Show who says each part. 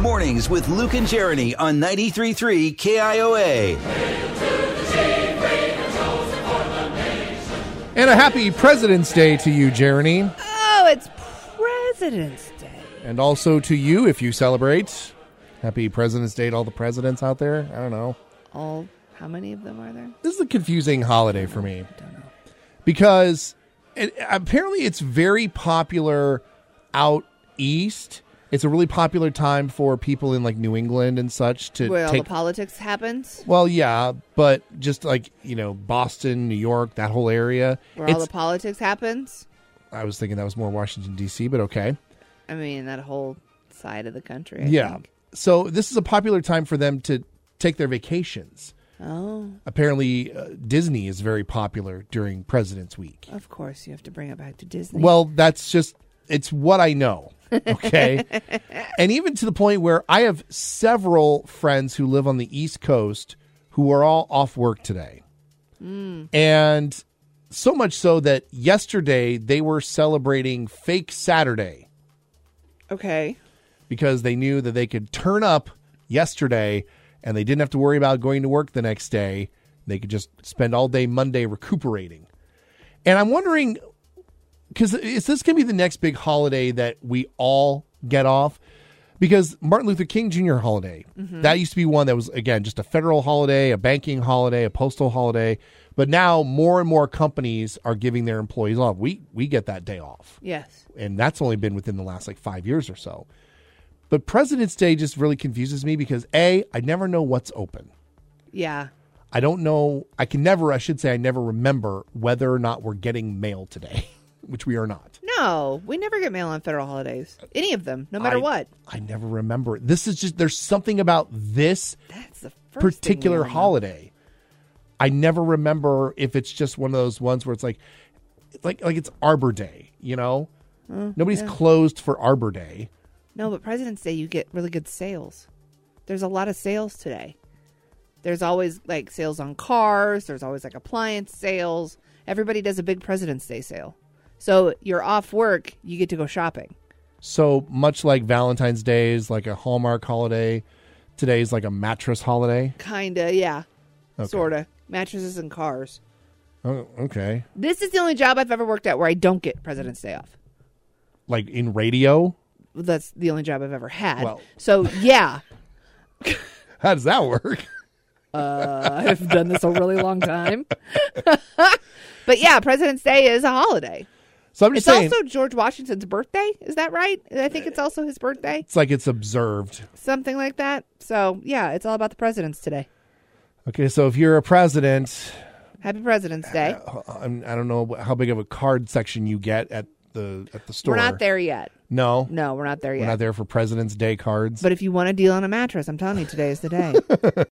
Speaker 1: Mornings with Luke and Jeremy on 93.3 KIOA.
Speaker 2: And a happy President's Day to you, Jeremy.
Speaker 3: Oh, it's President's Day.
Speaker 2: And also to you if you celebrate. Happy President's Day to all the presidents out there. I don't know.
Speaker 3: All how many of them are there?
Speaker 2: This is a confusing holiday for me. Because it, apparently it's very popular out east. It's a really popular time for people in like New England and such to
Speaker 3: Where all
Speaker 2: take
Speaker 3: the politics happens.
Speaker 2: Well, yeah, but just like, you know, Boston, New York, that whole area.
Speaker 3: Where all
Speaker 2: It's-
Speaker 3: the politics happens.
Speaker 2: I was thinking that was more Washington D.C., but okay.
Speaker 3: I mean, that whole side of the country. I
Speaker 2: yeah.
Speaker 3: think.
Speaker 2: So this is a popular time for them to take their vacations.
Speaker 3: Oh,
Speaker 2: Apparently, uh, Disney is very popular during President's Week.
Speaker 3: of course you have to bring it back to Disney.
Speaker 2: Well, that's just it's what I know. Okay. and even to the point where I have several friends who live on the East Coast who are all off work today. And so much so that yesterday they were celebrating fake Saturday.
Speaker 3: okay.
Speaker 2: because they knew that they could turn up yesterday and they didn't have to worry about going to work the next day. They could just spend all day Monday recuperating. And I'm wondering because is this going to be the next big holiday that we all get off? Because Martin Luther King Jr. holiday, that used to be one that was, again, just a federal holiday, a banking holiday, a postal holiday. But now more and more companies are giving their employees off. We, we get that day off
Speaker 3: Yes.
Speaker 2: and that's only been within the last like five years or so. But President's Day just really confuses me because A, I never know what's open.
Speaker 3: Yeah.
Speaker 2: I don't know. I can never, I should say, I never remember whether or not we're getting mail today, which we are not.
Speaker 3: No, we never get mail on federal holidays. Any of them, no matter
Speaker 2: I-
Speaker 3: what.
Speaker 2: I never remember. This is just, there's something about this
Speaker 3: That's the first thing we
Speaker 2: particular
Speaker 3: all know.
Speaker 2: holiday. I never remember if it's just one of those ones where it's like, like, like it's Arbor Day, you know?
Speaker 3: Mm,
Speaker 2: Nobody's closed for Arbor Day.
Speaker 3: No, but President's Day, you get really good sales. There's a lot of sales today. There's always like sales on cars, there's always like appliance sales. Everybody does a big President's Day sale. So you're off work, you get to go shopping.
Speaker 2: So much like Valentine's Day is like a Hallmark holiday, today is like a mattress holiday.
Speaker 3: Kinda, yeah. Sorta. Mattresses and cars.
Speaker 2: Oh, okay.
Speaker 3: This is the only job I've ever worked at where I don't get President's Day off.
Speaker 2: Like in radio?
Speaker 3: That's the only job I've ever had.
Speaker 2: Well.
Speaker 3: So yeah,
Speaker 2: How does that work?
Speaker 3: I've done this a really long time. but yeah, President's Day is a holiday.
Speaker 2: So I'm just
Speaker 3: It's
Speaker 2: saying
Speaker 3: also George Washington's birthday. Is that right? I think it's also his birthday,
Speaker 2: it's like it's observed.
Speaker 3: something like that. So, yeah, it's all about the presidents today.
Speaker 2: Okay, so if you're a president, uh,
Speaker 3: Happy President's Day.
Speaker 2: I'm, I don't know how big of a card section you get at the at the store.
Speaker 3: We're not there yet.
Speaker 2: No,
Speaker 3: No, we're not there
Speaker 2: we're
Speaker 3: yet.
Speaker 2: not there for President's Day cards.
Speaker 3: But if you want to deal on a mattress, I'm telling you, today is the day.